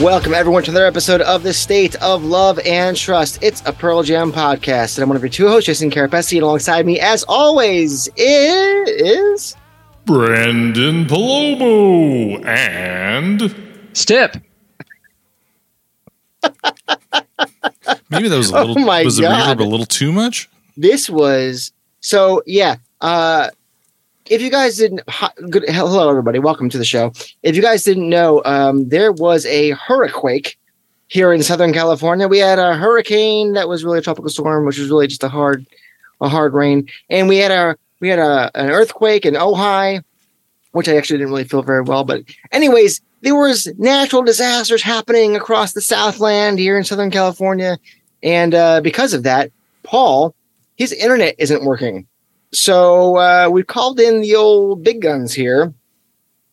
Welcome everyone to another episode of the State of Love and Trust. It's a Pearl Jam podcast, and I'm one of your two hosts, Jason Carapesi, and alongside me, as always, i- is Brandon Palomo and Stip. maybe that was a Oh little my was God. the reverb a little too much. this was so yeah. Uh, if you guys didn't, hi- good hello everybody, welcome to the show. If you guys didn't know, um, there was a hurricane here in Southern California. We had a hurricane that was really a tropical storm, which was really just a hard, a hard rain, and we had a we had a an earthquake in Ojai, which I actually didn't really feel very well. But anyways, there was natural disasters happening across the Southland here in Southern California, and uh, because of that, Paul, his internet isn't working. So uh, we called in the old big guns here,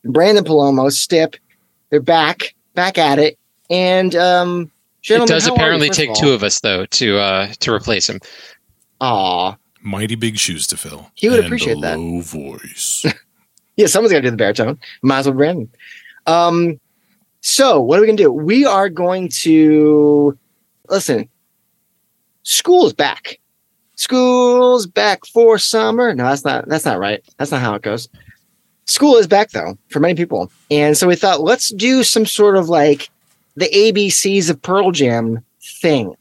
Brandon Palomo, Stip. They're back, back at it, and um, It gentlemen, does how are you, apparently first take of all? two of us though to uh to replace him. Aw. Mighty big shoes to fill. He would And appreciate a that. Low voice. Yeah, someone's got to do the baritone. Might as well Brandon. Um, so what are we gonna do? We are going to listen. School's back. School's back for summer. No, that's not. That's not right. That's not how it goes. School is back though for many people, and so we thought let's do some sort of like the ABCs of Pearl Jam thing.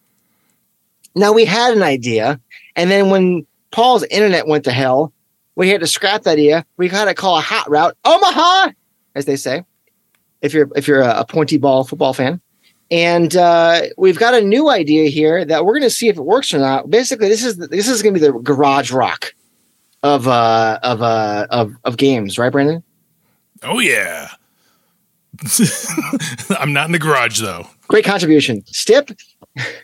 Now we had an idea, and then when Paul's internet went to hell, we had to scrap that idea. We had to call a hot route Omaha, as they say, if you're if you're a, a pointy ball football fan. And uh, we've got a new idea here that we're going to see if it works or not. Basically, this is this is going to be the garage rock of uh, of uh, of of games, right, Brandon? oh yeah. I'm not in the garage though. Great contribution, Stip.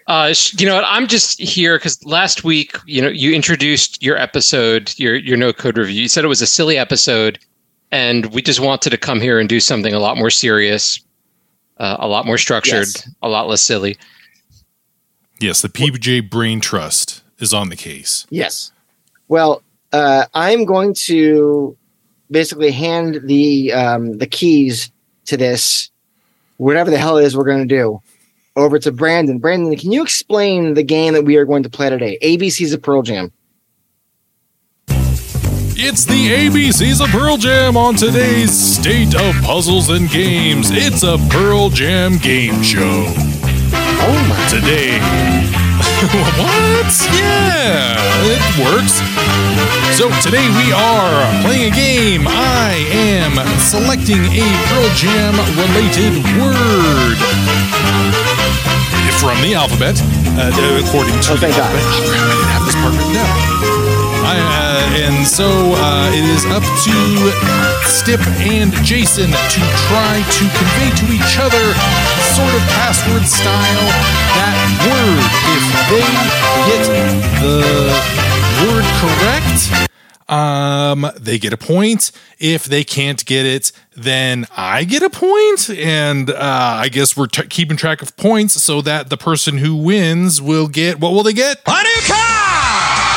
Uh, sh- you know what? I'm just here because last week, you know, you introduced your episode, your your no code review. You said it was a silly episode, and we just wanted to come here and do something a lot more serious, uh, a lot more structured, Yes. a lot less silly. Yes, the PBJ Brain Trust is on the case. Yes. Well, uh, I'm going to basically hand the um, the keys to this, whatever the hell it is we're going to do, over to Brandon. Brandon, can you explain the game that we are going to play today? ABC's of Pearl Jam. It's the ABCs of Pearl Jam on today's State of Puzzles and Games. It's a Pearl Jam game show. Oh my! today. what? Yeah, it works. So today we are playing a game. I am selecting a Pearl Jam related word from the alphabet, uh, according to Oh, thank the God. alphabet. Oh, crap, I didn't have this part written down. I, uh, and so uh, it is up to Stip and Jason to try to convey to each other, sort of password style, that word. If they get the word correct, um, they get a point. If they can't get it, then I get a point, and uh, I guess we're t- keeping track of points so that the person who wins will get what will they get? A new car.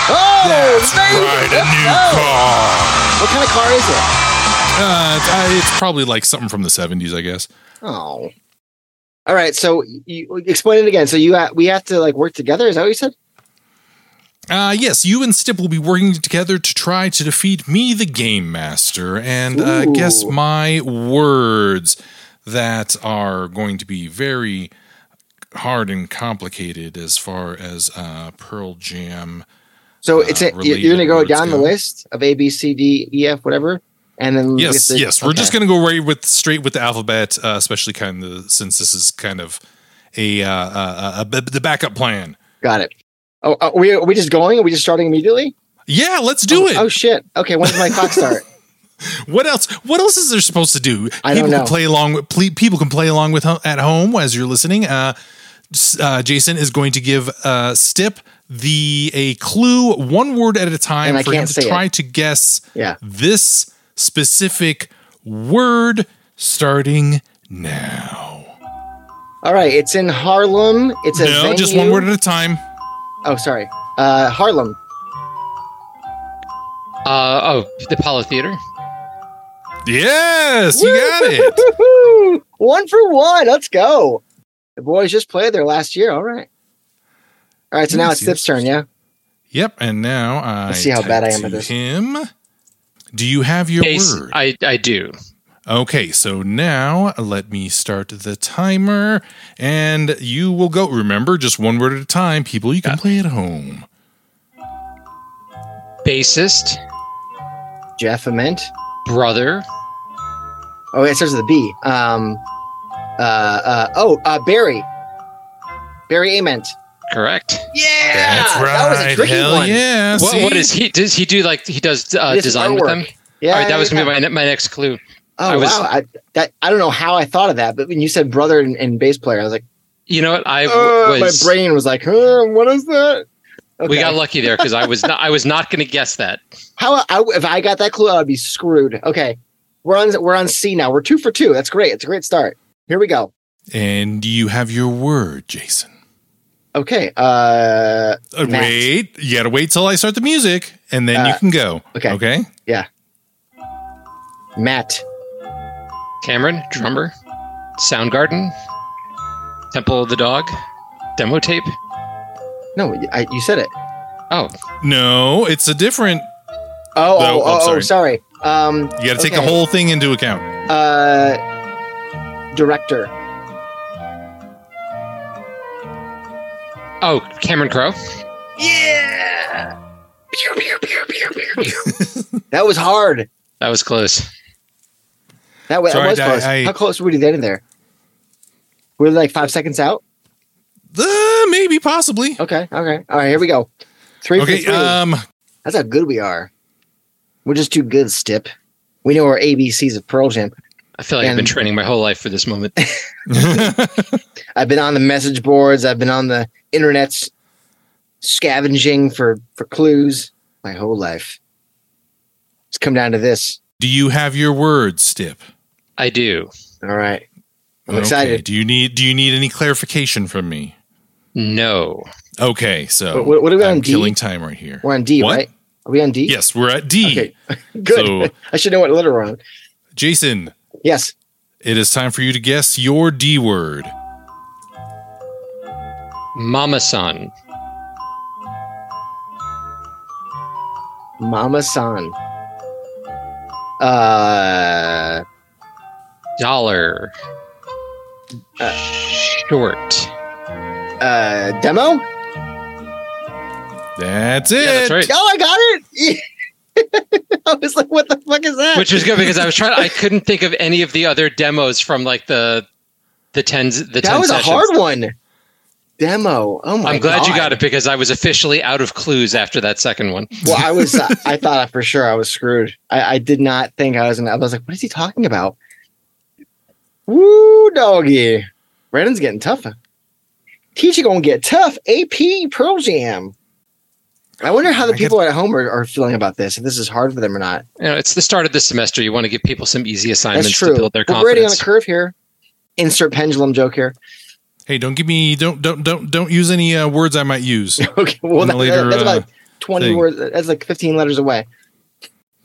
Oh, That's baby! right, a new car. What kind of car is it? Uh, it's, I- it's probably like something from the seventies, I guess. Oh. All right. So you explain it again. So you ha- we have to like work together. Is that what you said? Uh, yes, you and Stip will be working together to try to defeat me, the game master, and uh, Ooh. guess my words that are going to be very hard and complicated as far as uh, Pearl Jam. So Uh, it's a, related you're going to go words down the go. list of A, B, C, D, E, F, whatever, and then we Yes, get the- yes, we're just okay. going to go right with straight with the alphabet, uh, especially kind of since this is kind of a, uh, uh, uh, b- the backup plan. Got it. Oh, are we are we just going? Are we just starting immediately? Yeah, let's do it. Oh shit! Okay, when does my clock start? What else? What else is there supposed to do? I don't people know. can play along with ple- people can play along with ho- at home as you're listening. Uh, uh, Jason is going to give uh, Stip the a clue one word at a time And I for him can't to say try to guess Yeah. this specific word starting now. All right, it's in Harlem. It's a no, just one venue- word at a time. Oh, sorry. Uh, Harlem. Uh, oh, the Apollo Theater. Yes, you got it. Woo-hoo-hoo-hoo! One for one. Let's go. The boys just played there last year. All right. All right. So Let me now it's see this Stip's turn. Yeah. Yep, and now I see how type bad I am to at this. Him. Do you have your Ace, word? I, I do. Okay, so now let me start the timer and you will go. Remember, just one word at a time. People, you can play at home. Bassist, Jeff Ament. brother, Oh, it starts with a B. Um. Uh. uh oh, uh, Barry. Barry Ament. correct. Yeah. That's That was a tricky Hell one. yeah. What, see? what is he? Does he do like he does He uh, does design with them? artwork. Yeah. All right, that was yeah. gonna be my, my next clue. Oh I was- wow. I, that I don't know how I thought of that, but when you said brother and, and bass player, I was like, You know what? I oh, w- was. my brain was like, huh, what is that? We Okay. got lucky there because I was not. I was not going to guess that. How I, if I got that clue, I'd be screwed. Okay, we're on we're on C now. We're two for two. That's great. It's a great start. Here we go. And you have your word, Jason. Okay. Uh, Uh, Matt. wait, you gotta wait till I start the music and then you Uh, can go. okay. Okay. Matt, Cameron, drummer, Soundgarden, Temple of the Dog, demo tape. no, I, you said it. Oh, No, it's a different. Oh, oh, No, I'm oh, oh, sorry. Um, You gotta take the Okay. whole thing into account. uh, director. oh, Cameron Crowe. Yeah. Pew, pew, pew, pew, pew, pew. that was hard. That was close. That was, Sorry, that was I- close. I- How close were you getting there? We're like five seconds out. Uh, maybe, possibly. Okay. Okay. All right. Here we go. Three for Okay. three. Um. That's how good we are. We're just too good, Stip. We know our ABCs of Pearl Jam. I feel like I've been And- training my whole life for this moment. I've been on the message boards. I've been on the internet scavenging for for clues my whole life. It's come down to this. do you have your word, Stip? I do. All right. I'm excited. Do you need Do you need any clarification from me? No. Okay. So What- what- what are we I'm on D? killing time right here. We're on D, What? right? Are we on D? Yes, we're at D. Okay. Good. So- I should know what letter we're on. Jason, Yes. it is time for you to guess your D word. Mama San. Mama San. Uh, Dollar. Short. uh, demo? That's it. Yeah, that's right. Oh, I got it. I was like, what the fuck is that? Which was good because I was trying. I couldn't think of any of the other demos from like the the tens. The that 10 was sessions. a hard one. Demo. Oh my! I'm glad you God. got it because I was officially out of clues after that second one. Well, I was. uh, I thought for sure I was screwed. I, I did not think I was. Gonna, I was like, what is he talking about? Woo, doggy. Brandon's getting tougher. Teacher gonna get tough. AP Pearl Jam. I wonder how the I get- people at home are, are feeling about this. If this is hard for them or not. You know, it's the start of the semester. You want to give people some easy That's assignments true. to build their We're already on a confidence. curve here. Insert pendulum joke here. Hey, don't give me don't don't don't don't use any uh, words I might use. Do Okay, well, And that, later, that's uh, about twenty thing. words. That's like fifteen letters away.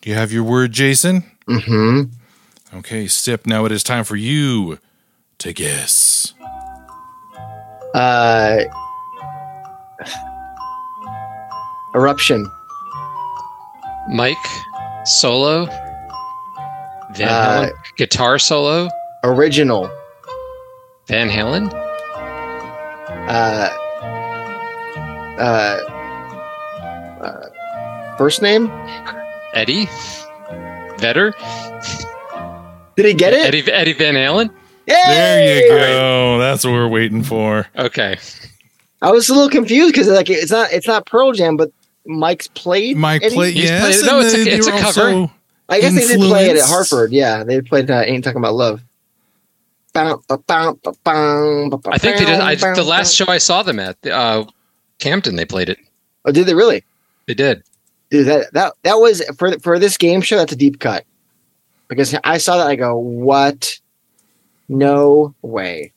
you have your word, Jason? Mm-hmm. Okay, Stip. Now it is time for you to guess. Uh, eruption. Mike solo. Van Uh, Halen guitar solo. Original. Van Halen. Uh, uh, uh, first name. Eddie. Vetter. Did he get it? Eddie Eddie Van Halen. Yay! There you go. That's what we're waiting for. Okay. I was a little confused because like it's not it's not Pearl Jam, but Mike's played. My Eddie- play, He's yes. played- no, and it's a- they it's a were cover. I guess they did play it at influenced. Hartford. Yeah, they played. Uh, Ain't talking about love. I I think they just, I, the last show I saw them at, uh, Campton, they played it. Oh, did they really? They did. Dude, that that that was for for this game show. That's a deep cut because I saw that. I go, what? No way!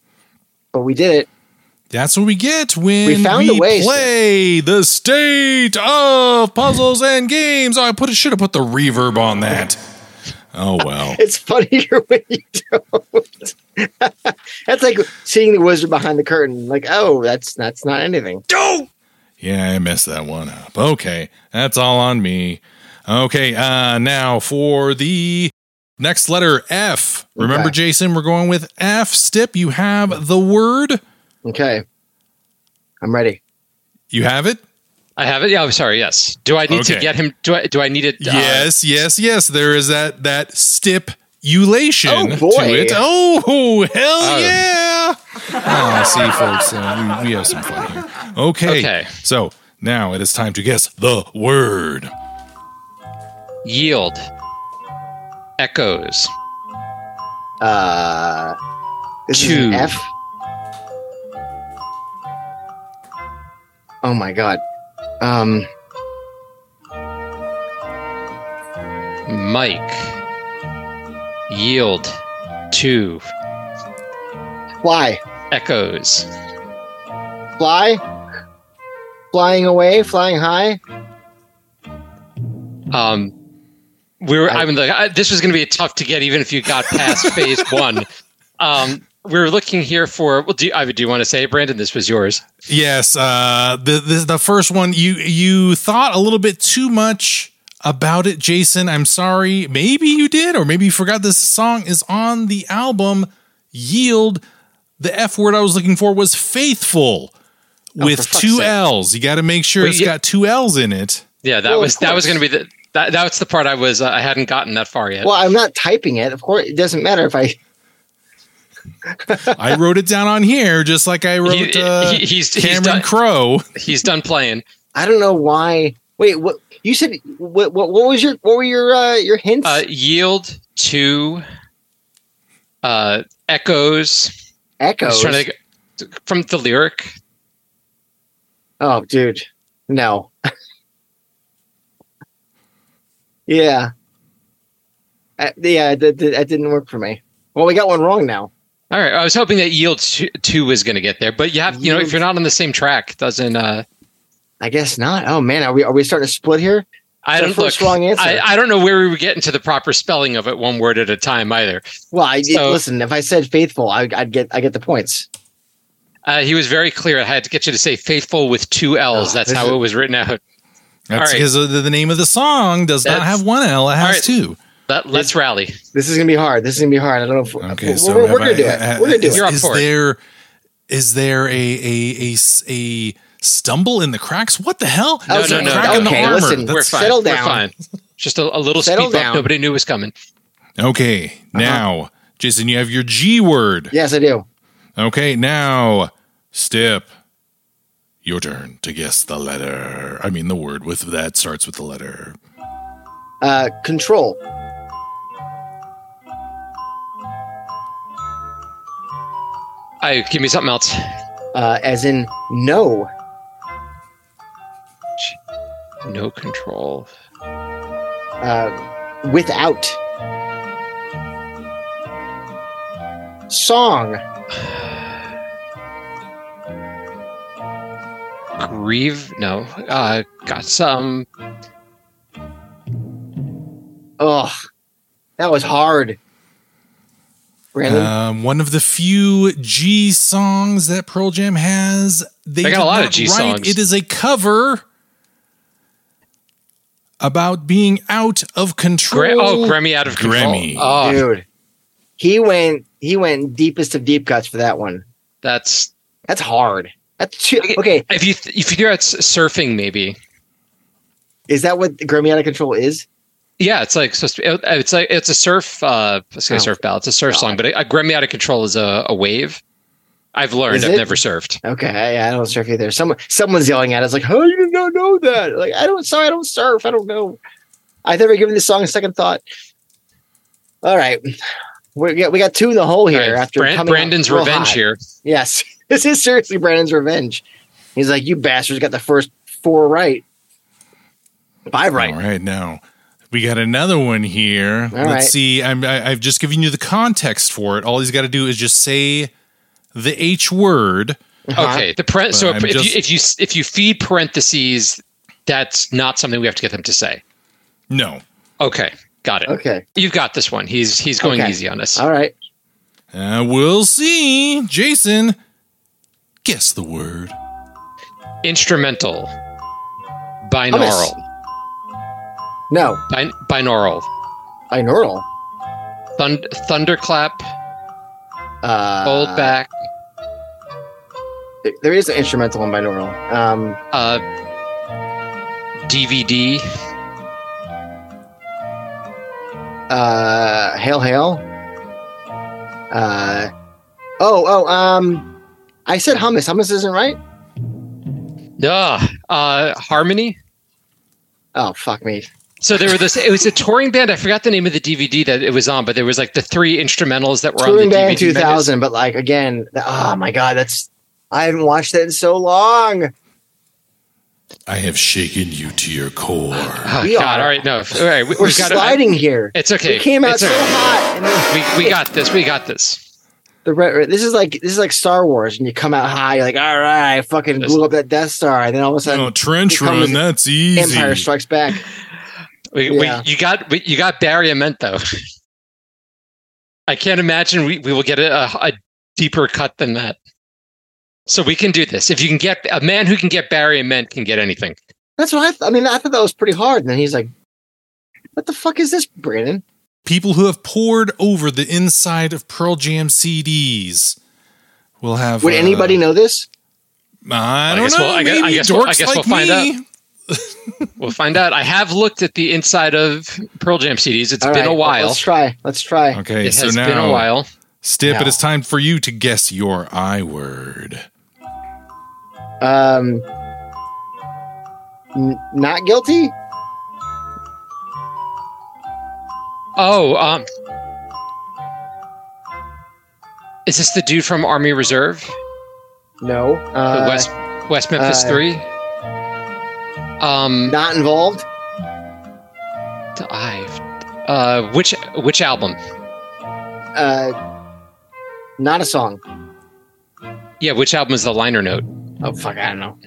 But we did it. That's what we get when we, We found a way, play the state of puzzles and games. Oh, I put should have put the reverb on that. Oh well. It's funnier when you don't. that's like seeing the wizard behind the curtain. Like, oh, that's that's not anything. Yeah, I messed that one up. Okay, that's all on me. Okay, uh now for the next letter F. Remember Okay. Jason, we're going with F. Stip, you have the word. Okay, I'm ready. You have it? I have it. Yeah, I'm sorry. Yes. Do I need Okay. to get him? Do I, do I need it? uh, yes, yes, yes. There is that that stipulation Oh, boy. to it. Oh hell Oh. yeah! Oh, see, folks, uh, we, we have some fun here. Okay, Okay. So now it is time to guess the word. yield. Echoes. Uh, this is an Two. F. Oh my god. Um, Mike. Yield. Two. fly, Echoes. fly, flying away, flying high. Um, we were. I- I, am like, I, this was going to be tough to get, even if you got past phase one. Um, we were looking here for. Well, do you, I do you want to say, it, Brandon? This was yours. Yes, uh, the, the the first one you you thought a little bit too much about it, Jason. I'm sorry. Maybe you did, or maybe you forgot this song is on the album. Yield. The F word I was looking for was faithful, with Oh, fuck's two sake. L's. You got to make sure Well, it's yeah. got two L's in it. Yeah, that Well, of was that was course. going to be the. That, that's the part I was. Uh, I hadn't gotten that far yet. Well, I'm not typing it. Of course, it doesn't matter if I. I wrote it down on here, just like I wrote he- uh, he- he's- he's Cameron done- Crowe. He's done playing. I don't know why. Wait, what you said? What what, what was your what were your uh, your hints? Uh, yield to uh, echoes. I was Echoes. trying to think- from the lyric. Oh, dude, no. yeah, I, yeah, that, that, that didn't work for me. Well, we got one wrong now. All right, I was hoping that yield to, two was going to get there, but you have you know if you're not on the same track, it doesn't uh, I guess not. Oh man, are we are we starting to split here? I So don't first look. wrong answer. I, I don't know where we were getting to the proper spelling of it, one word at a time either. Well, I, So- listen. If I said faithful, I, I'd get I get the points. Uh, he was very clear. I had to get you to say faithful with two L's. Oh, That's this how is- it was written out. That's right. because the, the name of the song does not That's- have one L; it All has right. two. Let, let's rally. This is gonna be hard. This is gonna be hard. I don't know. If, Okay, we're, so we're, have we're gonna I- do it. I- We're gonna do is, it. You're up is for it. there is there a a, a s- a stumble in the cracks? What the hell? No, There's no, a no, crack no. in the Okay, armor. listen, We're That's- fine. settle We're down. fine. Just a, a little Settle speed bump. down. Nobody knew was coming. okay, Uh-huh. now Jason, you have your G word. Yes, I do. Okay, now Stip, your turn to guess the letter. I mean, the word with that starts with the letter. Uh, control. I give me something else. Uh, as in no. No control. Uh, without. Song. Grieve. No. Uh, got some. Ugh, that was hard. Brandon, Um, one of the few G songs that Pearl Jam has. They got did a lot of not G write- songs. It is a cover about being out of control. Gra- oh, Grammy out of control. Grammy. Oh, dude, he went he went deepest of deep cuts for that one. that's That's hard. That's too, Okay. okay. if you if you hear it's surfing maybe. Is that what Grammy out of control is? Yeah, it's like supposed to be. It's like it's a surf. Uh, it's Oh, a surf ballad. It's a surf God. song, but a, a Grammy out of control is a, a wave. I've learned. Is I've it? never surfed. Okay, I, I don't surf either. Someone someone's yelling at us like, "How you did not know that?" Like, I don't. Sorry, I don't surf. I don't know. I've never given this song a second thought. All right, we got, we got two in the hole here Right. after Bran- coming out Brandon's real revenge hot. here. Yes, this is seriously Brandon's revenge. He's like, you bastards got the first four right, five right. All right, now we got another one here. Let's right. see. I'm, I, I've just given you the context for it. All he's got to do is just say the H word. Uh-huh. Okay. The pre- so But I'm if, just- you, if you s- if you feed parentheses, that's not something we have to get them to say. No. Okay, got it. Okay, You've got this one. He's he's going Okay. Uh-huh. easy on us. all right. Uh, we'll see. Jason, guess the word. Instrumental, binaural, No, bin- binaural, binaural. Thund- thunderclap, Uh, fold back, th- There is an instrumental in binaural. Um, uh, DVD, uh, hail, hail. Uh, oh, oh. Um, I said hummus. Hummus isn't right. Ugh. uh, harmony. Oh fuck me. So there were this. It was a touring band. I forgot the name of the DVD that it was on, but there was like the three instrumentals that were on Touring the Band DVD. in 2000, but like again, th- oh my god, that's I haven't watched that in so long. I have shaken you to your core. Oh, We God. are- All right. No. All right. We, We're we got it. I- sliding here. It's okay. It came out It's so all right. hot. And then We, we got this. We got this. the red, red- this is like this is like Star Wars, and you come out high. You're like, all right, I fucking blew up that Death Star, and then all of a No, sudden, Oh, trench becomes run. That's Oh, easy. Empire Strikes Back. We, Yeah. we, you got we, you got Barryament though. I can't imagine we, we will get a, a deeper cut than that. So we can do this. If you can get a man who can get Barryament can get anything. That's what I. Th- I mean, I thought that was pretty hard. And then he's like, "What the fuck is this, Brandon?" People who have poured over the inside of Pearl Jam CDs will have. Would uh, anybody know this? I I don't guess know. we'll- I guess- I maybe guess dorks we'll- I guess like we'll find me. We'll find out. I have looked at the inside of Pearl Jam CDs. It's All been right, a let- while. Let's try. Let's try. Okay, it so has now, been a while. Stip, it Now. is time for you to guess your I word. Um, n- not guilty. Oh, um, is this the dude from Army Reserve? No. The Uh, West West Memphis uh, Three. Um, Not involved. I, uh, which which album? Uh, not a song. Yeah, which album is the liner note? Oh fuck, I don't know.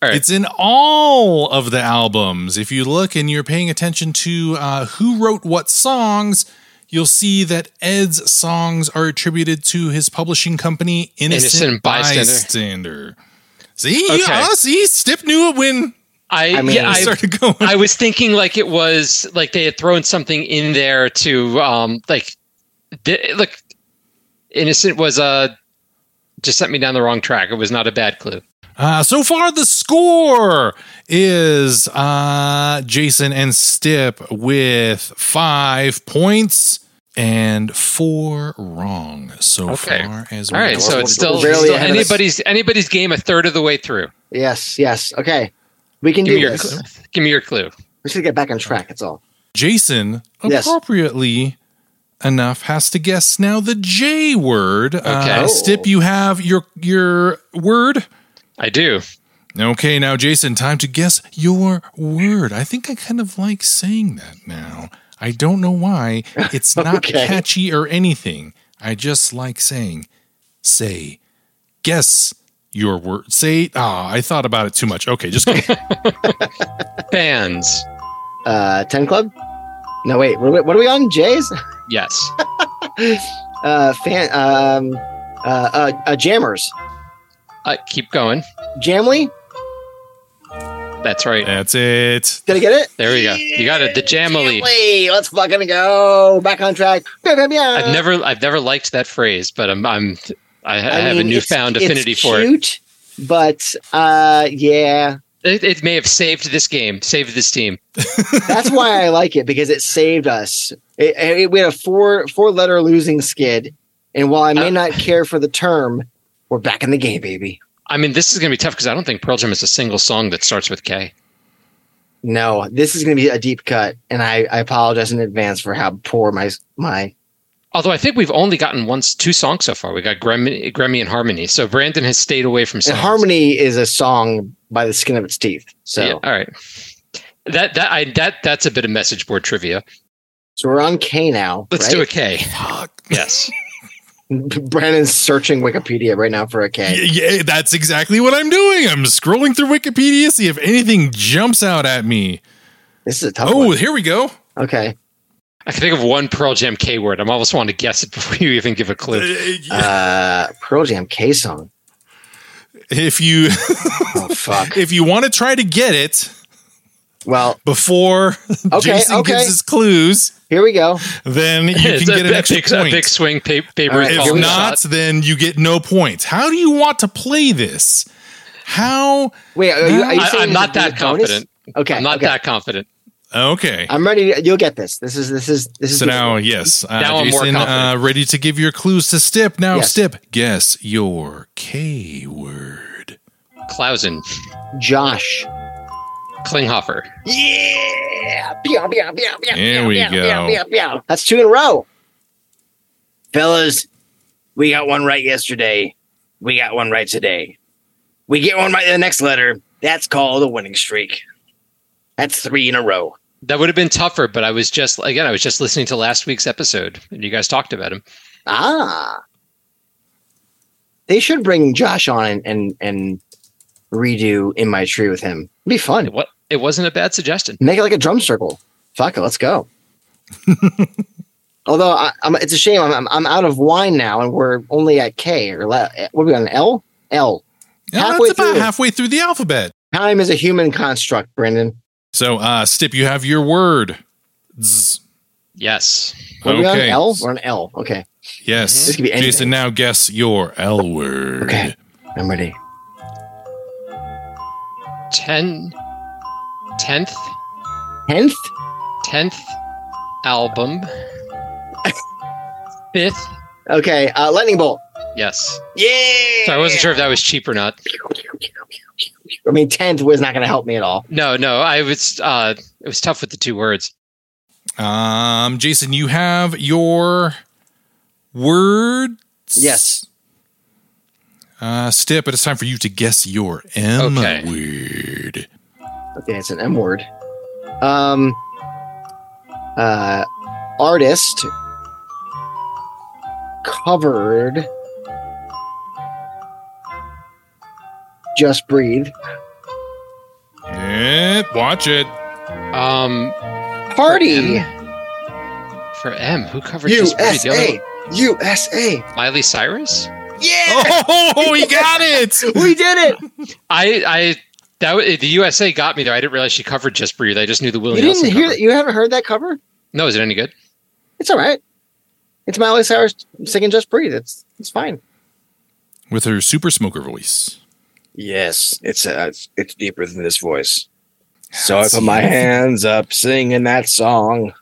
Right. It's in all of the albums. If you look and you're paying attention to uh, who wrote what songs, you'll see that Ed's songs are attributed to his publishing company, Innocent, Innocent Bystander. Bystander. See, Okay. yeah, see, Stip knew it when I I mean, yeah, I I, started going. I was thinking like it was like they had thrown something in there to um like th- look innocent was uh just sent me down the wrong track. It was not a bad clue. Uh, so far, the score is uh, Jason and Stip with five points and four wrong so Okay. far as All we right, go. so it's We're still, barely still ahead of us. anybody's anybody's game a third of the way through. Yes, yes. Okay, we can Give me do your this. clue. give me your clue. We should get back on track. That's all. Jason, Yes. appropriately enough, has to guess now the J word. Okay. Okay. Stip, Oh. you have your your word. I do. Okay, now Jason, time to guess your word. I think I kind of like saying that now. I don't know why. It's not Okay. catchy or anything. I just like saying, say, guess your word. Say, ah, I thought about it too much. Okay, just go. Bands. Uh, Ten Club. No, wait. What are we, what are we on? Jays. Yes. Uh, fan. Um, uh, uh, uh jammers. Uh, keep going. Jamly. That's right. That's it. Did I get it? There we go. You got it. The Jamily. Jamly. Let's fucking go. Back on track. Bam, bam, bam. I've never I've never liked that phrase, but I'm I'm I, I I have mean, a it's- newfound it's affinity for it. cute, But uh, yeah, it. It may have saved this game, saved this team. That's why I like it because it saved us. It, it- we had a four four letter losing skid, and while I may Uh, not care for the term, we're back in the game, baby. I mean, this is going to be tough because I don't think Pearl Jam is a single song that starts with K. No, this is going to be a deep cut, and I, I apologize in advance for how poor my my Although I think we've only gotten once two songs so far. We got Grammy, Grammy and Harmony. So Brandon has stayed away from And songs. Harmony is a song by the skin of its teeth. So, Yeah, all right. That that I that that's a bit of message board trivia. so we're on K now. Let's right? do a K. Fuck. Yes. Brandon's searching Wikipedia right now for a K. Yeah, yeah, that's exactly what I'm doing. I'm scrolling through Wikipedia, see if anything jumps out at me. This is a tough Oh, one. here we go. Uh, Okay. I can think of one Pearl Jam K word. I'm almost wanting to guess it before you even give a Uh, clue. Uh, Pearl Jam K song. If you Oh, fuck. if you want to try to get it well, before Okay, Jason okay. gives his clues, here we go. then you can It's a, get an a extra big, a point. big swing pa- paper. All right, is if If calling Holy the not, shot. then you get no points. How do you want to play this? How? Wait, are you, are you I, saying I'm not there's a that bonus? confident. Okay. I'm not okay. that confident. Okay. I'm ready. You'll get this. This is, this is, this is, so now, yes, uh, Now I'm more Jason, uh, confident. ready to give your clues to Stip. Now, Yes. Stip, guess your K word. Clausen, Josh. Klinghoffer. Yeah. Pew, pew, pew, pew, There we pew, go. pew, pew. That's two in a row. Fellas, we got one right yesterday. We got one right today. We get one right in the next letter. That's called a winning streak. That's three in a row. That would have been tougher, but I was just again, I was just listening to last week's episode, and you guys talked about him. Ah. They should bring Josh on and and, and redo In My Tree with him. It'd be fun. It, what? It wasn't a bad suggestion. Make it like a drum circle. Fuck it, let's go. Although I, I'm, it's a shame I'm, I'm I'm out of wine now, and we're only at K or le- what are we on L L. Yeah, Halfway that's about through. halfway through the alphabet. Time is a human construct, Brendan. So, uh, Stip, you have your word. Zzz. Yes. What are we on Okay. L? We're on L. Okay, Yes. This could be anything. Jason, now guess your L word. Okay. I'm ready. Ten, tenth, Tenth. tenth album. Fifth. Okay, uh, lightning bolt. Yes. Yeah. So I wasn't sure if that was cheap or not. I mean, tenth was not going to help me at all. No, no, I was. Uh, it was tough with the two words. Um, Jason, you have your words. Yes. Uh, Stip, it is time for you to guess your M Okay. word. Okay, it's an M word. Um. Uh, artist covered. Just breathe. Eh, watch it. Um, Party. for M, who covered just breathe? The other USA. USA. one- Miley Cyrus. Yeah. Oh, he got it. We did it. I, I that wa- the USA got me there. I didn't realize she covered just breathe. I just knew the You Willie didn't Nelson hear cover. that. You haven't heard that cover. No, is it any good? It's all right. It's Miley Cyrus singing "Just Breathe." It's it's fine. With her super smoker voice. Yes, it's uh, it's- it's deeper than this voice. So I It's put my you. hands up, singing that song.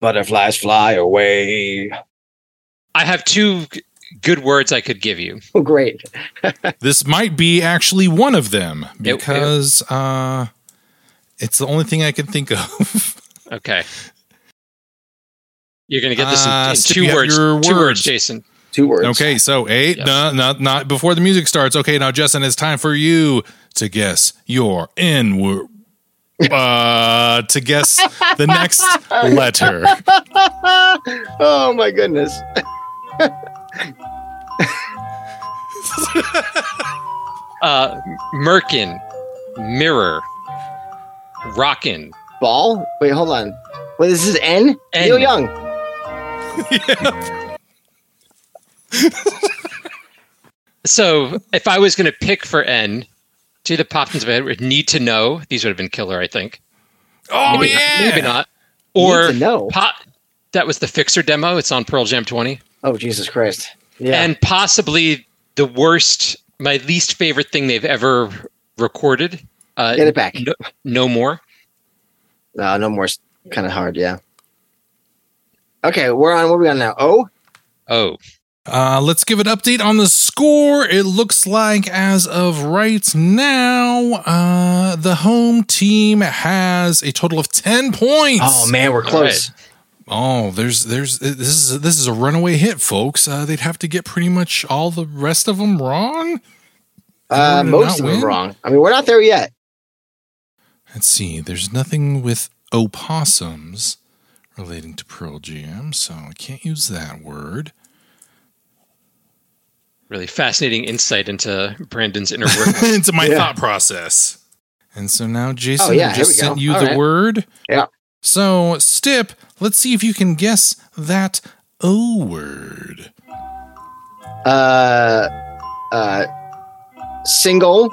Butterflies fly away. I have two g- good words I could give you. Oh, great. This might be actually one of them Yep, because uh, it's the only thing I can think of. Okay. You're gonna get this in- Uh, in, Steve, you two have words. your Two words. words, Jason. Two words. okay, so eight, Yes. no, not not before the music starts. Okay, now Justin, it's time for you to guess your N word. Uh, to guess the next letter. oh my goodness. Uh, Merkin, mirror, rockin. Ball? Wait, hold on. Wait, this is N? N. Neil Young. So if I was gonna pick for N, to the popped into my head, would need to know. These would have been killer, I think. Oh maybe, yeah, maybe not. Or Need to know. po- that was the Fixer demo. It's on Pearl Jam 20. Oh, Jesus Christ. Yeah. and possibly the worst, my least favorite thing they've ever recorded. Uh, Get it back. No, no more. No, no more. Kind of hard, yeah. Okay, we're on. What are we on now? O? Oh, Uh, let's give an update on the score. It looks like as of right now, uh, the home team has a total of 10 points. Oh, Oh, man, we're close. Oh, there's there's this is this is a runaway hit, folks. Uh, they'd have to get pretty much all the rest of them wrong. Uh, Did most not of them win? wrong. I mean, we're not there yet. Let's see. There's nothing with opossums relating to Pearl Jam, so I can't use that word. Really fascinating insight into Brandon's inner work. into my Yeah. thought process. And so now, Jason, Oh, yeah, I here just we go. sent you All the right. word. Yeah. So, Stip, let's see if you can guess that O word. Uh, uh, single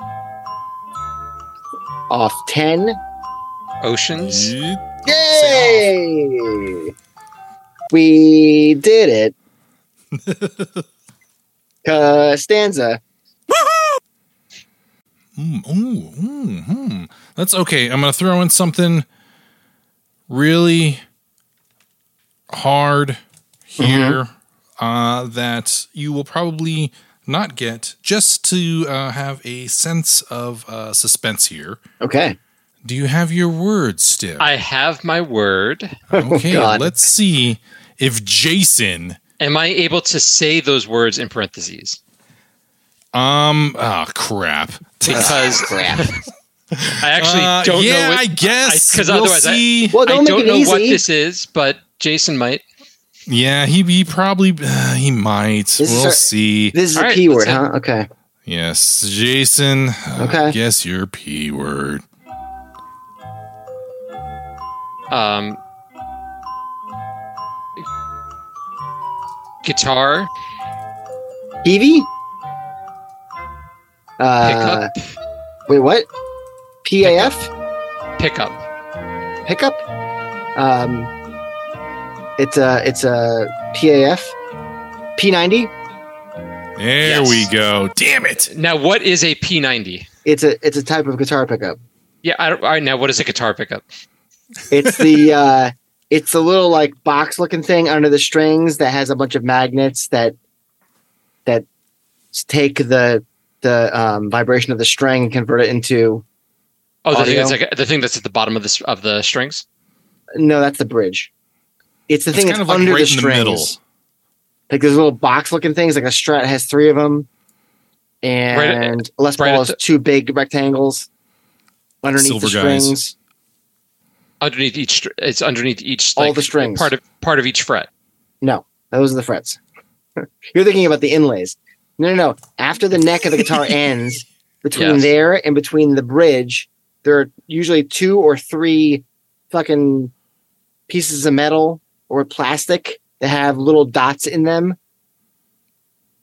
off 10. Oceans. Yay! We did it. Costanza. Mm, ooh, mm, hmm. That's okay. I'm going to throw in something really hard here uh, that you will probably not get just to uh, have a sense of uh, suspense here. Okay. Do you have your word, Stip? I have my word. Okay, God. let's see if Jason. Am I able to say those words in parentheses? Um. Ah, crap. Because Crap. I actually Uh, don't yeah, know. What, I guess. I- 'cause we'll otherwise I- see. Well, don't I make don't it know what easy. this is, but Jason might. yeah, he he probably uh, he might. is we'll our- see. This is All a right, P word, let's huh? Okay. yes, Jason. I Okay. guess your p word. Um, guitar Peavy? Uh, pickup. wait, what? PAF? pickup. Pickup? Um, it's a, it's a PAF? P90? There Yes. we go. Damn it. Now, what is a P90? It's a, it's a type of guitar pickup. Yeah. I don't, all right. Now, what is a guitar pickup? It's the uh it's the little like box looking thing under the strings that has a bunch of magnets that that s- take the the um, vibration of the string and convert it into Oh, the thing, Audio. that's like, the thing that's at the bottom of the s- of the strings. no, that's the bridge. It's the It's thing kind that's of like under right the in the strings. middle. Like there's little box looking things, like a Strat has three of them, and Les right Paul at has the- two big rectangles underneath Silver the guys. strings. Underneath each, str- it's underneath each. All Like, the strings. Part of part of each fret. No, those are the frets. You're thinking about the inlays. No, no, no. After the neck of the guitar ends, between Yes. there and between the bridge, there are usually two or three fucking pieces of metal or plastic that have little dots in them.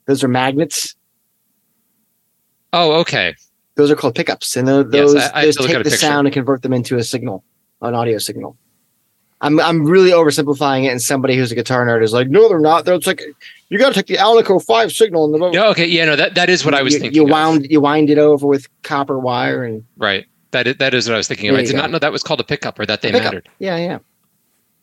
Those are magnets. Oh, okay. Those are called pickups, and tho- Yes, those, I- I those have to look take at a the picture. sound and convert them into a signal, an audio signal. I'm I'm really oversimplifying it, and somebody who's a guitar nerd is like, "No, they're not. They're, it's like you got to take the Alico Five signal and the Yeah, okay. Yeah, no, that, that is what I was Oh. you, thinking. You of. wound you wind it over with copper wire and right. That is, that is what I was thinking of. There I you did go. not know that was called a pickup or that they Pickup. mattered. yeah, yeah.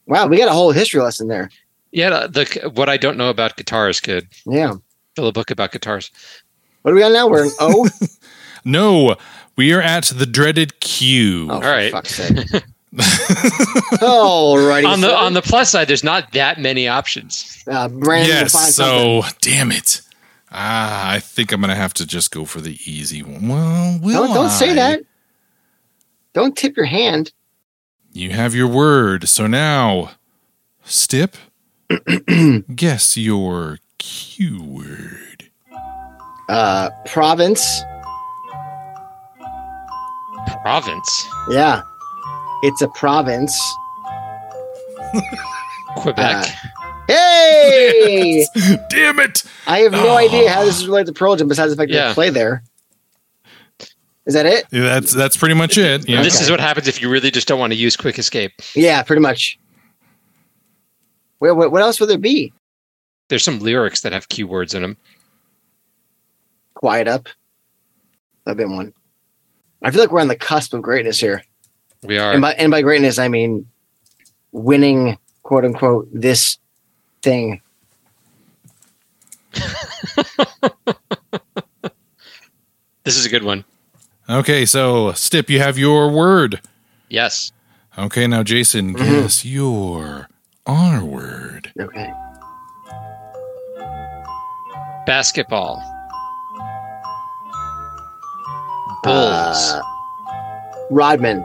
Wow, we got a whole history lesson there. Yeah, the what I don't know about guitars could Yeah. fill a book about guitars. What do we got now? We're oh? an O. No, we are at the dreaded Q. Oh, All right. For fuck's sake. Alrighty. On the so, on the plus side, there's not that many options. uh, Brandon will yes. find So damn it. Ah, I think I'm gonna have to just go for the easy one. Well, will something. Don't, don't say I? that. Don't tip your hand. You have your word. So now, Stip, guess your Q word. Uh, province. Province, Yeah, it's a province. Quebec. Ah, Hey, Damn it! I have no Oh. idea how this is related to Pearl Jam besides the fact that Yeah. they play there. Is that it? That's that's pretty much it. Yeah. This okay. is what happens if you really just don't want to use Quick Escape. Yeah, pretty much. Where, what, what else would there be? There's some lyrics that have keywords in them. Quiet up. That'd been one. I feel like we're on the cusp of greatness here, We are. and by and by greatness, I mean winning, quote unquote, this thing. this is a good one. okay, so Stip, you have your word. Yes. Okay, now Jason, guess your R word. Okay. Basketball. Bulls. Uh, Rodman.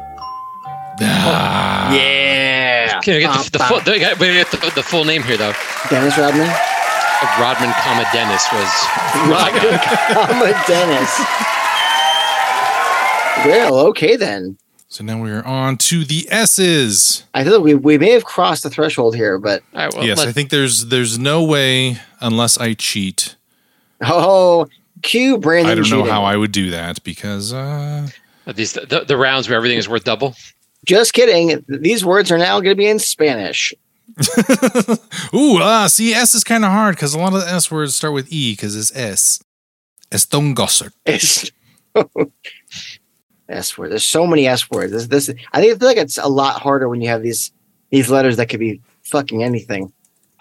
Ah, Yeah. Can I get the, the, uh, full, they got- we got the, the full name here, though? Dennis Rodman. Rodman, comma Dennis was. Rodman, comma Dennis. Well, okay then. So now we're on to the S's. I feel like we, we may have crossed the threshold here, but All right, well, yes, let- I think there's there's no way unless I cheat. oh, cue Brandon. I don't know cheating. how I would do that because uh, these the, the rounds where everything is worth double. Just kidding. These words are now going to be in Spanish. ooh ah see S is kind of hard because a lot of the S words start with E because it's S. Estone Gossard. It's- S word. There's so many S words. This, this I think I feel like it's a lot harder when you have these these letters that could be fucking anything.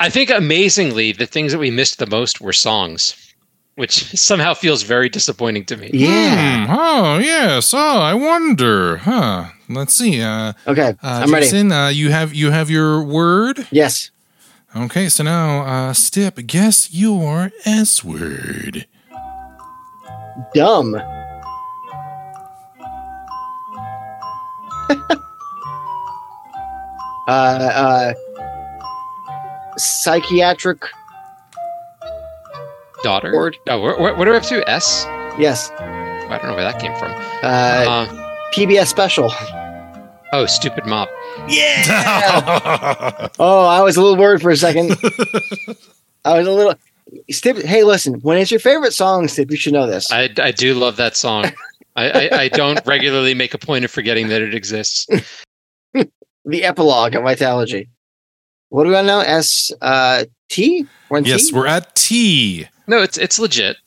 I think amazingly, the things that we missed the most were songs, which somehow feels very disappointing to me. Yeah. Hmm, oh yes. Oh, I wonder. Huh. Let's see. Uh, Okay. uh, I'm ready. Jason, uh, you have you have your word. Yes. Okay, so now uh, Stip, guess your S word. Dumb. uh, uh, psychiatric Daughter. word. Oh, wh- wh- what are we up to? S? Yes. I don't know where that came from. Uh, Uh, PBS special. oh, stupid mop. Oh, I was a little worried for a second. I was a little. Stip, hey, listen. When it's your favorite song, Stip, you should know this. I, I do love that song. I, I, I don't regularly make a point of forgetting that it exists. the epilogue of Vitalogy. What do we want now? S uh, T one T. yes, we're at T. No, it's it's legit.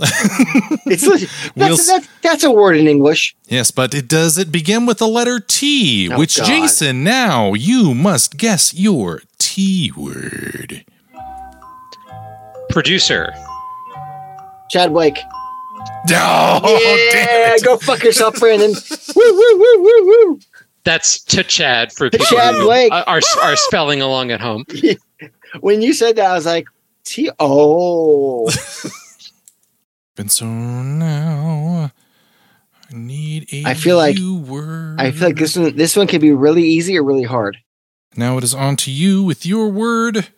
it's legit. that's, We'll s- that's, that's a word in English. Yes, but it does it begin with the letter T, Oh, which God. Jason, now you must guess your T word. Producer. Chad Blake. Oh, yeah, damn it. go fuck yourself, Brandon. woo, woo, woo, woo, woo. That's to Chad for people Chad who Blake. are, are- are spelling along at home. When you said that, I was like, T. Oh, And so now I need a I feel like- U word. I feel like this one. This one could be really easy or really hard. Now it is on to you with your word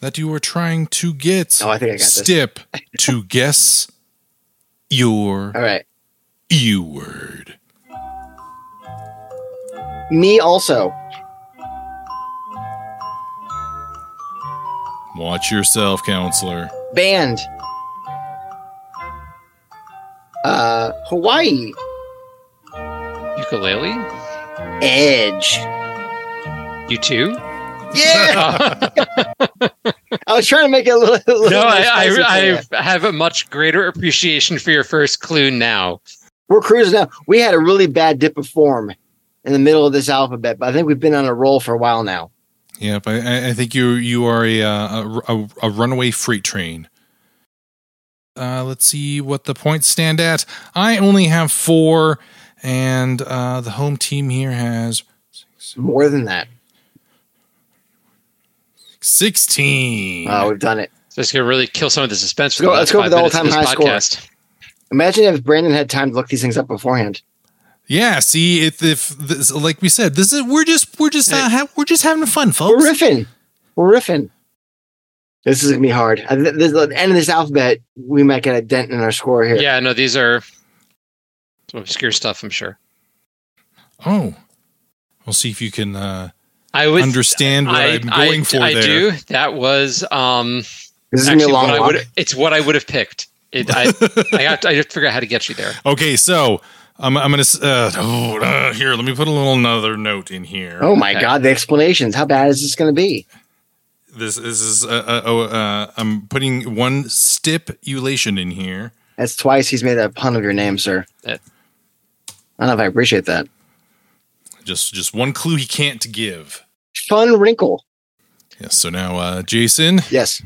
that you are trying to get. Oh, I think I got this. Stip to guess your All right, U word. me also. Watch yourself, counselor. Band. Uh, Hawaii. Ukulele. Edge. You too? Yeah, no, I was trying to make it a little. A little more spicy for I, you. I, I have a much greater appreciation for your first clue now. We're cruising now. We had a really bad dip of form in the middle of this alphabet, but I think we've been on a roll for a while now. Yep, I- I, I think you you are a, uh, a, a, a runaway freight train. Uh, let's see what the points stand at. I only have four, and uh, the home team here has More than that. sixteen. Oh, we've done it. So it's going to really kill some of the suspense. For Let's go- the let's last go for five the minutes of all-time high this score. podcast. Imagine if Brandon had time to look these things up beforehand. yeah, see if if this, like we said, this is we're just we're just uh, ha- we're just having fun, We're folks. riffing. We're riffing. This is gonna be hard. At the- this- at the end of this alphabet, we might get a dent in our score here. Yeah, no, these are some obscure stuff, I'm sure. Oh, we'll see if you can uh, I would understand what I, am going for I there. do. That was um This is actually gonna what be a I long would one. it's what I would have picked. It, I, I, have to, I have to figure out how to get you there. Okay, so I'm I'm gonna s- uh, oh, uh, here. Let me put a little another note in here. Oh my Okay. god, the explanations. How bad is this gonna be? This this is uh, uh, oh, uh, I'm putting one stipulation in here. That's twice he's made a pun of your name, sir. That- I don't know if I appreciate that. Just just one clue he can't give. Fun wrinkle. Yes. So now, uh, Jason, Yes.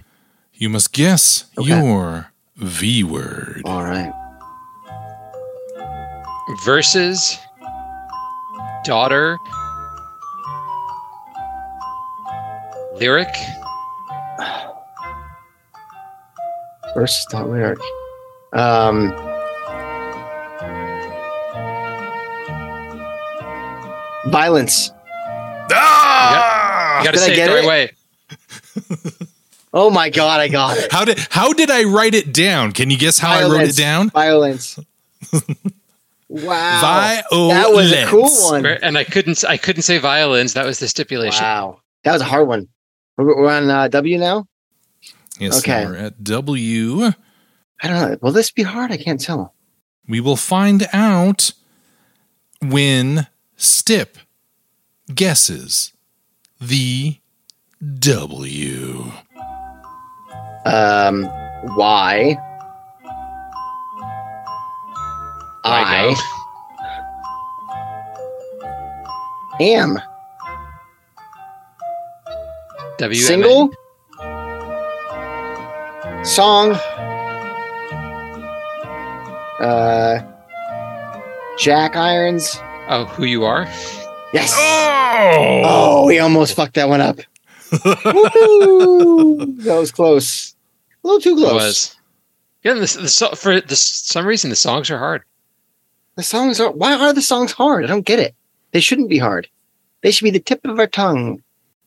you must guess Okay. your V word. All right. Versus daughter lyric. Versus dot lyric. Um, violence. Ah! You Ah, got to Did I say it get the right it? way. Oh my god, I got it. How did how did I write it down? Can you guess how I wrote it Violence. down? Violence. wow. Violence. that was a cool one. Right, And I couldn't. I couldn't say violins. That was the stipulation. Um, Wow. That was a hard one. We're we're on uh, W now? Yes, Okay. we're at W. I don't know. Will this be hard? I can't tell. We will find out when Stip guesses the W. Um, Y. I I know. am W single song uh Jack Irons Oh, who you are? yes Oh! oh we almost fucked that one up Woohoo! that was close a little too It close was. Yeah, the, the, so- for the, some reason the songs are hard. the songs are why are the songs hard I don't get it they shouldn't be hard they should be the tip of our tongue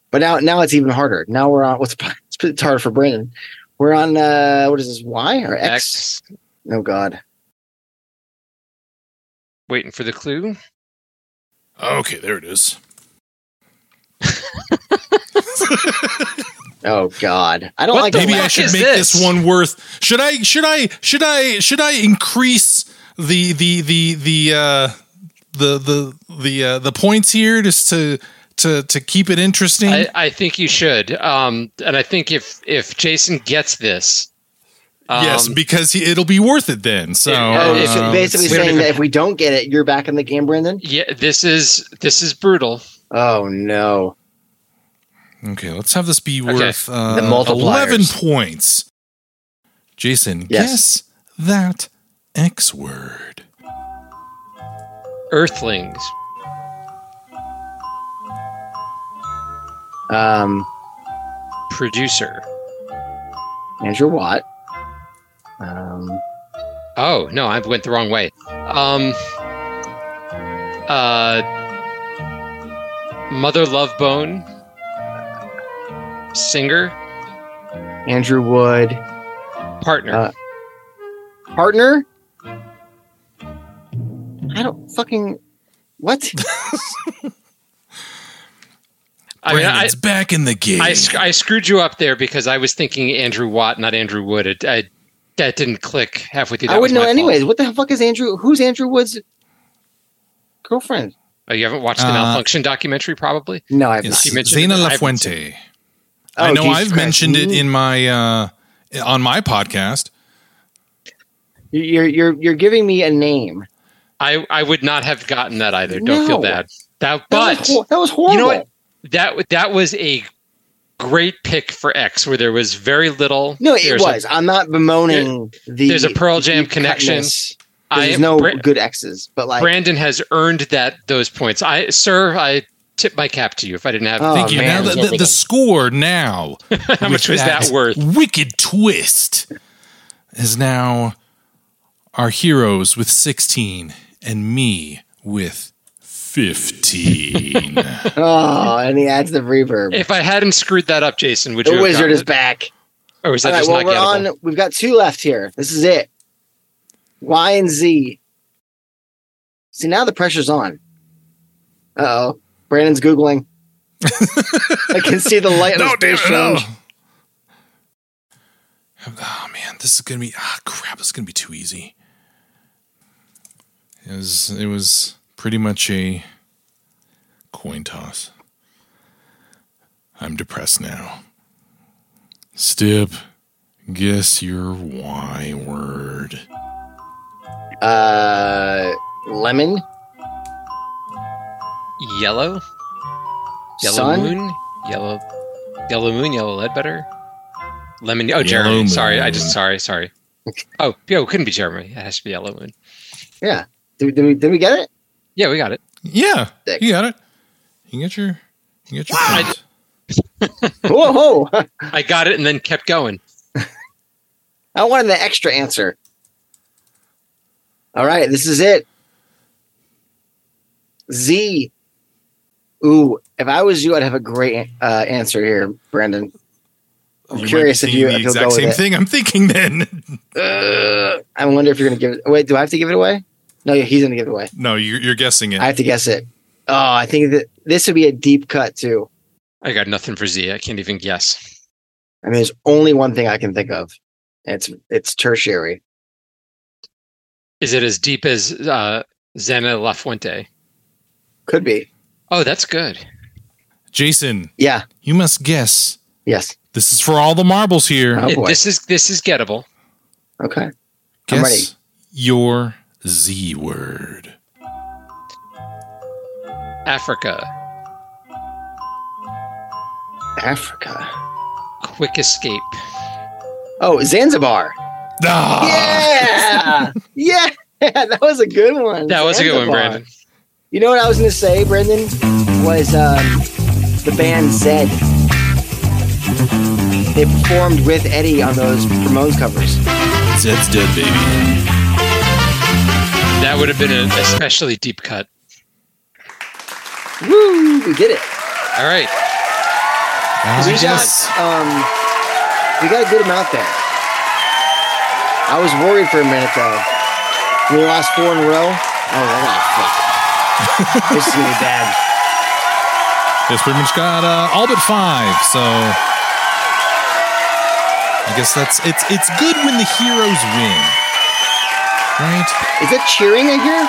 but now now it's even harder now we're on what's it's hard for Brandon we're on uh what is this Y or X. X. oh god Waiting for the clue. Okay, there it is. Oh God, I don't What like. the Maybe fuck I should is make this? this? one worth. Should I? Should I? Should I? Should I increase the the the the uh, the the the uh, the points here just to to to keep it interesting? I, I think you should. Um, and I think if if Jason gets this, um, yes, because he, it'll be worth it then. So, Oh, Uh, so uh, basically we don't saying even- that if we don't get it, you're back in the game, Brendan. yeah, this is this is brutal. Oh no, okay, let's have this be Okay. worth uh, The multipliers. eleven points. Yes. Jason, guess that X word. Earthlings. um, producer. Andrew Watt. Um, Oh no, I went the wrong way. Um, uh, Mother Love Bone, singer Andrew Wood, partner. Uh, partner. I don't fucking what? I mean, I, Brandon's back in the game. I, sc- I screwed you up there because I was thinking Andrew Watt, not Andrew Wood. It, I, that didn't click halfway through. That I was wouldn't know my fault. anyways. What the fuck is Andrew? Who's Andrew Wood's girlfriend? Oh, you haven't watched the Uh, Malfunction documentary, probably. No, I've Yes, You mentioned Zena it. I La haven't Fuente. Oh, I know Jesus I've Christ. mentioned it in my uh, on my not. podcast. You're you're you're giving me a name. I, I would not have gotten that either. Don't feel No. bad. That, That but was hor- that was horrible. You know what? That that was a great pick for X, where there was very little. No, it there's was. i I'm not bemoaning the. there's a Pearl Jam the connection. cutness. A, I There's no Bra- good X's, but like Brandon has earned that those points. I, sir, I tip my cap to you. If I didn't have, Oh, Thank you. man, now I the, can't the, think the of- score now. how with much was that, worth? Wicked twist is now our heroes with sixteen and me with fifteen. oh, and he adds the reverb. If I hadn't screwed that up, Jason, would you? the have wizard gotten is it? back. Or was that All right, just well, not we're gettable? on. We've got two left here. This is it. Y and Z. See, now the pressure's on. Uh oh, Brandon's googling. I can see the light on his damn face it, no. change. Oh man, this is gonna be ah crap. It's gonna be too easy. It was it was pretty much a coin toss. I'm depressed now. Stip, guess your Y word. Uh, lemon, Yellow, yellow sun, moon, yellow, yellow moon, yellow lead better. Lemon. Oh, Yellow Jeremy. Sorry, I moon. just sorry, sorry. Oh, yo, it couldn't be Jeremy. It has to be yellow moon. Yeah. Did, we- did we did we get it? Yeah, we got it. Yeah, Dick. you got it. You can get your you can get your. I- point. Whoa! whoa. I got it and then kept going. I wanted the extra answer. All right, this is it. Z. Ooh, if I was you, I'd have a great uh, answer here, Brandon. I'm You might be curious if thinking you the if you'll go exact with same it. thing I'm thinking then. Ugh, I wonder if you're going to give it. Wait, do I have to give it away? No, yeah, he's going to give it away. no, you're, you're guessing it. I have to guess it. Oh, I think that this would be a deep cut too. I got nothing for Z. I can't even guess. I mean, there's only one thing I can think of. and It's it's tertiary. Is it as deep as uh, Zena La Fuente? Could be. Oh, that's good. Jason, Yeah. you must guess. Yes. This is for all the marbles here. Oh, It- boy. this is this is gettable. Okay. guess ready. your Z word. Africa, Africa. quick escape. Oh, Zanzibar. Ah, Yeah. yeah. That was a good one. Ah. That was a good one, Zanzibar. Brandon. You know what I was going to say, Brandon? Was um, the band Zed. They performed with Eddie on those Ramones covers. Zed's dead, baby. That would have been an especially deep cut. Woo! We did it. All right. Ah, We yes. got, um, we got a good amount there. I was worried for a minute though. We lost four in a row. Oh, I got fuck. this is gonna be bad. It's pretty much got uh, all but five, so I guess that's it's it's good when the heroes win, right? Is it cheering in here?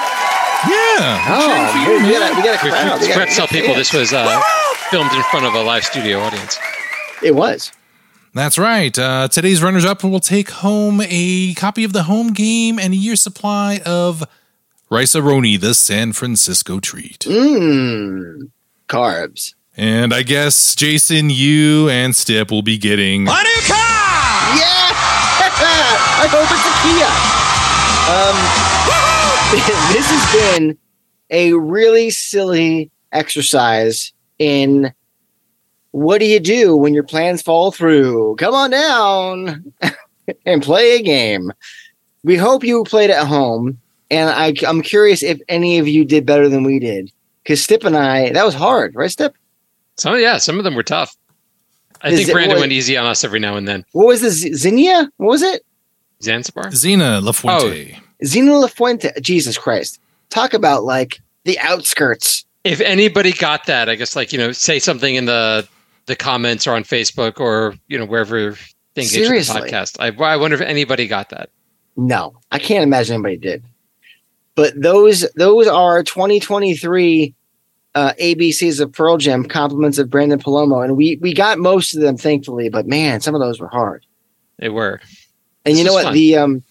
Yeah. Oh, Cheering for you, we, we man. gotta, we gotta We crowd. We forgot gotta, to tell people this was uh, filmed in front of a live studio audience. It was. That's right. Uh, today's runners up will take home a copy of the home game and a year's supply of Rice Aroni, the San Francisco treat. Mmm. Carbs. And I guess Jason, you and Stip will be getting Yeah! I hope it's a Kia. Um, this has been a really silly exercise in what do you do when your plans fall through? Come on down and play a game. We hope you played at home, and I, I'm curious if any of you did better than we did. Because Stip and I, that was hard, right, Stip? So yeah, some of them were tough. I Is think it- Brandon what- went easy on us every now and then. What was this? Zinnia? What was it? Zanzibar. Xena LaFuente. Zena LaFuente, Jesus Christ. Talk about like the outskirts. If anybody got that, I guess like you know, say something in the the comments or on Facebook or you know wherever things get to the Seriously. podcast. I, I wonder if anybody got that. No, I can't imagine anybody did. But those those are 2023 uh, ABCs of Pearl Jam compliments of Brandon Palomo, and we we got most of them thankfully. But man, some of those were hard. They were. And This you know what? is fun. The um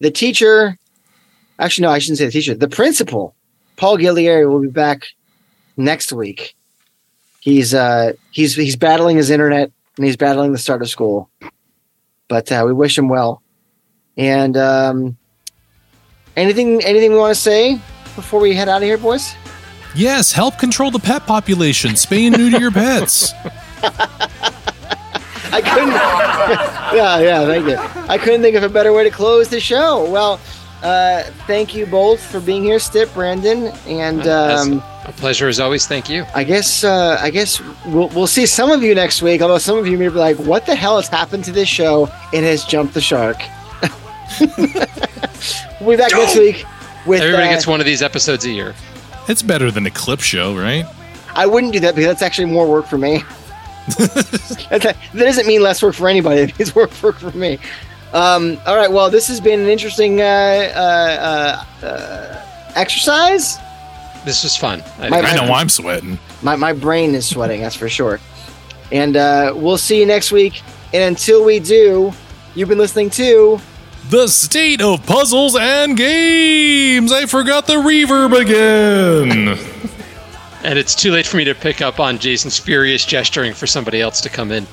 the teacher actually no, I shouldn't say the teacher. The principal, Paul Gillieri, will be back next week. He's uh he's he's battling his internet and he's battling the start of school. But uh, we wish him well. And um anything anything we want to say before we head out of here, boys? Yes, help control the pet population. Spay and neuter your pets. I couldn't. yeah, yeah, thank you. I couldn't think of a better way to close the show. Well, uh, thank you both for being here, Stip, Brandon, and As- um, A pleasure as always. Thank you. I guess uh, I guess we'll we'll see some of you next week. Although some of you may be like, "What the hell has happened to this show? It has jumped the shark." we'll be back next week with. Everybody uh, gets one of these episodes a year. It's better than a clip show, right? I wouldn't do that because that's actually more work for me. that, that doesn't mean less work for anybody. It means more work for me. Um, all right. Well, this has been an interesting uh, uh, uh, uh, exercise. This was fun. I My- I know I'm sweating. My, my brain is sweating, that's for sure. And uh, we'll see you next week. And until we do, you've been listening to. The state of puzzles and games. I forgot the reverb again. and it's too late for me to pick up on Jason's furious gesturing for somebody else to come in.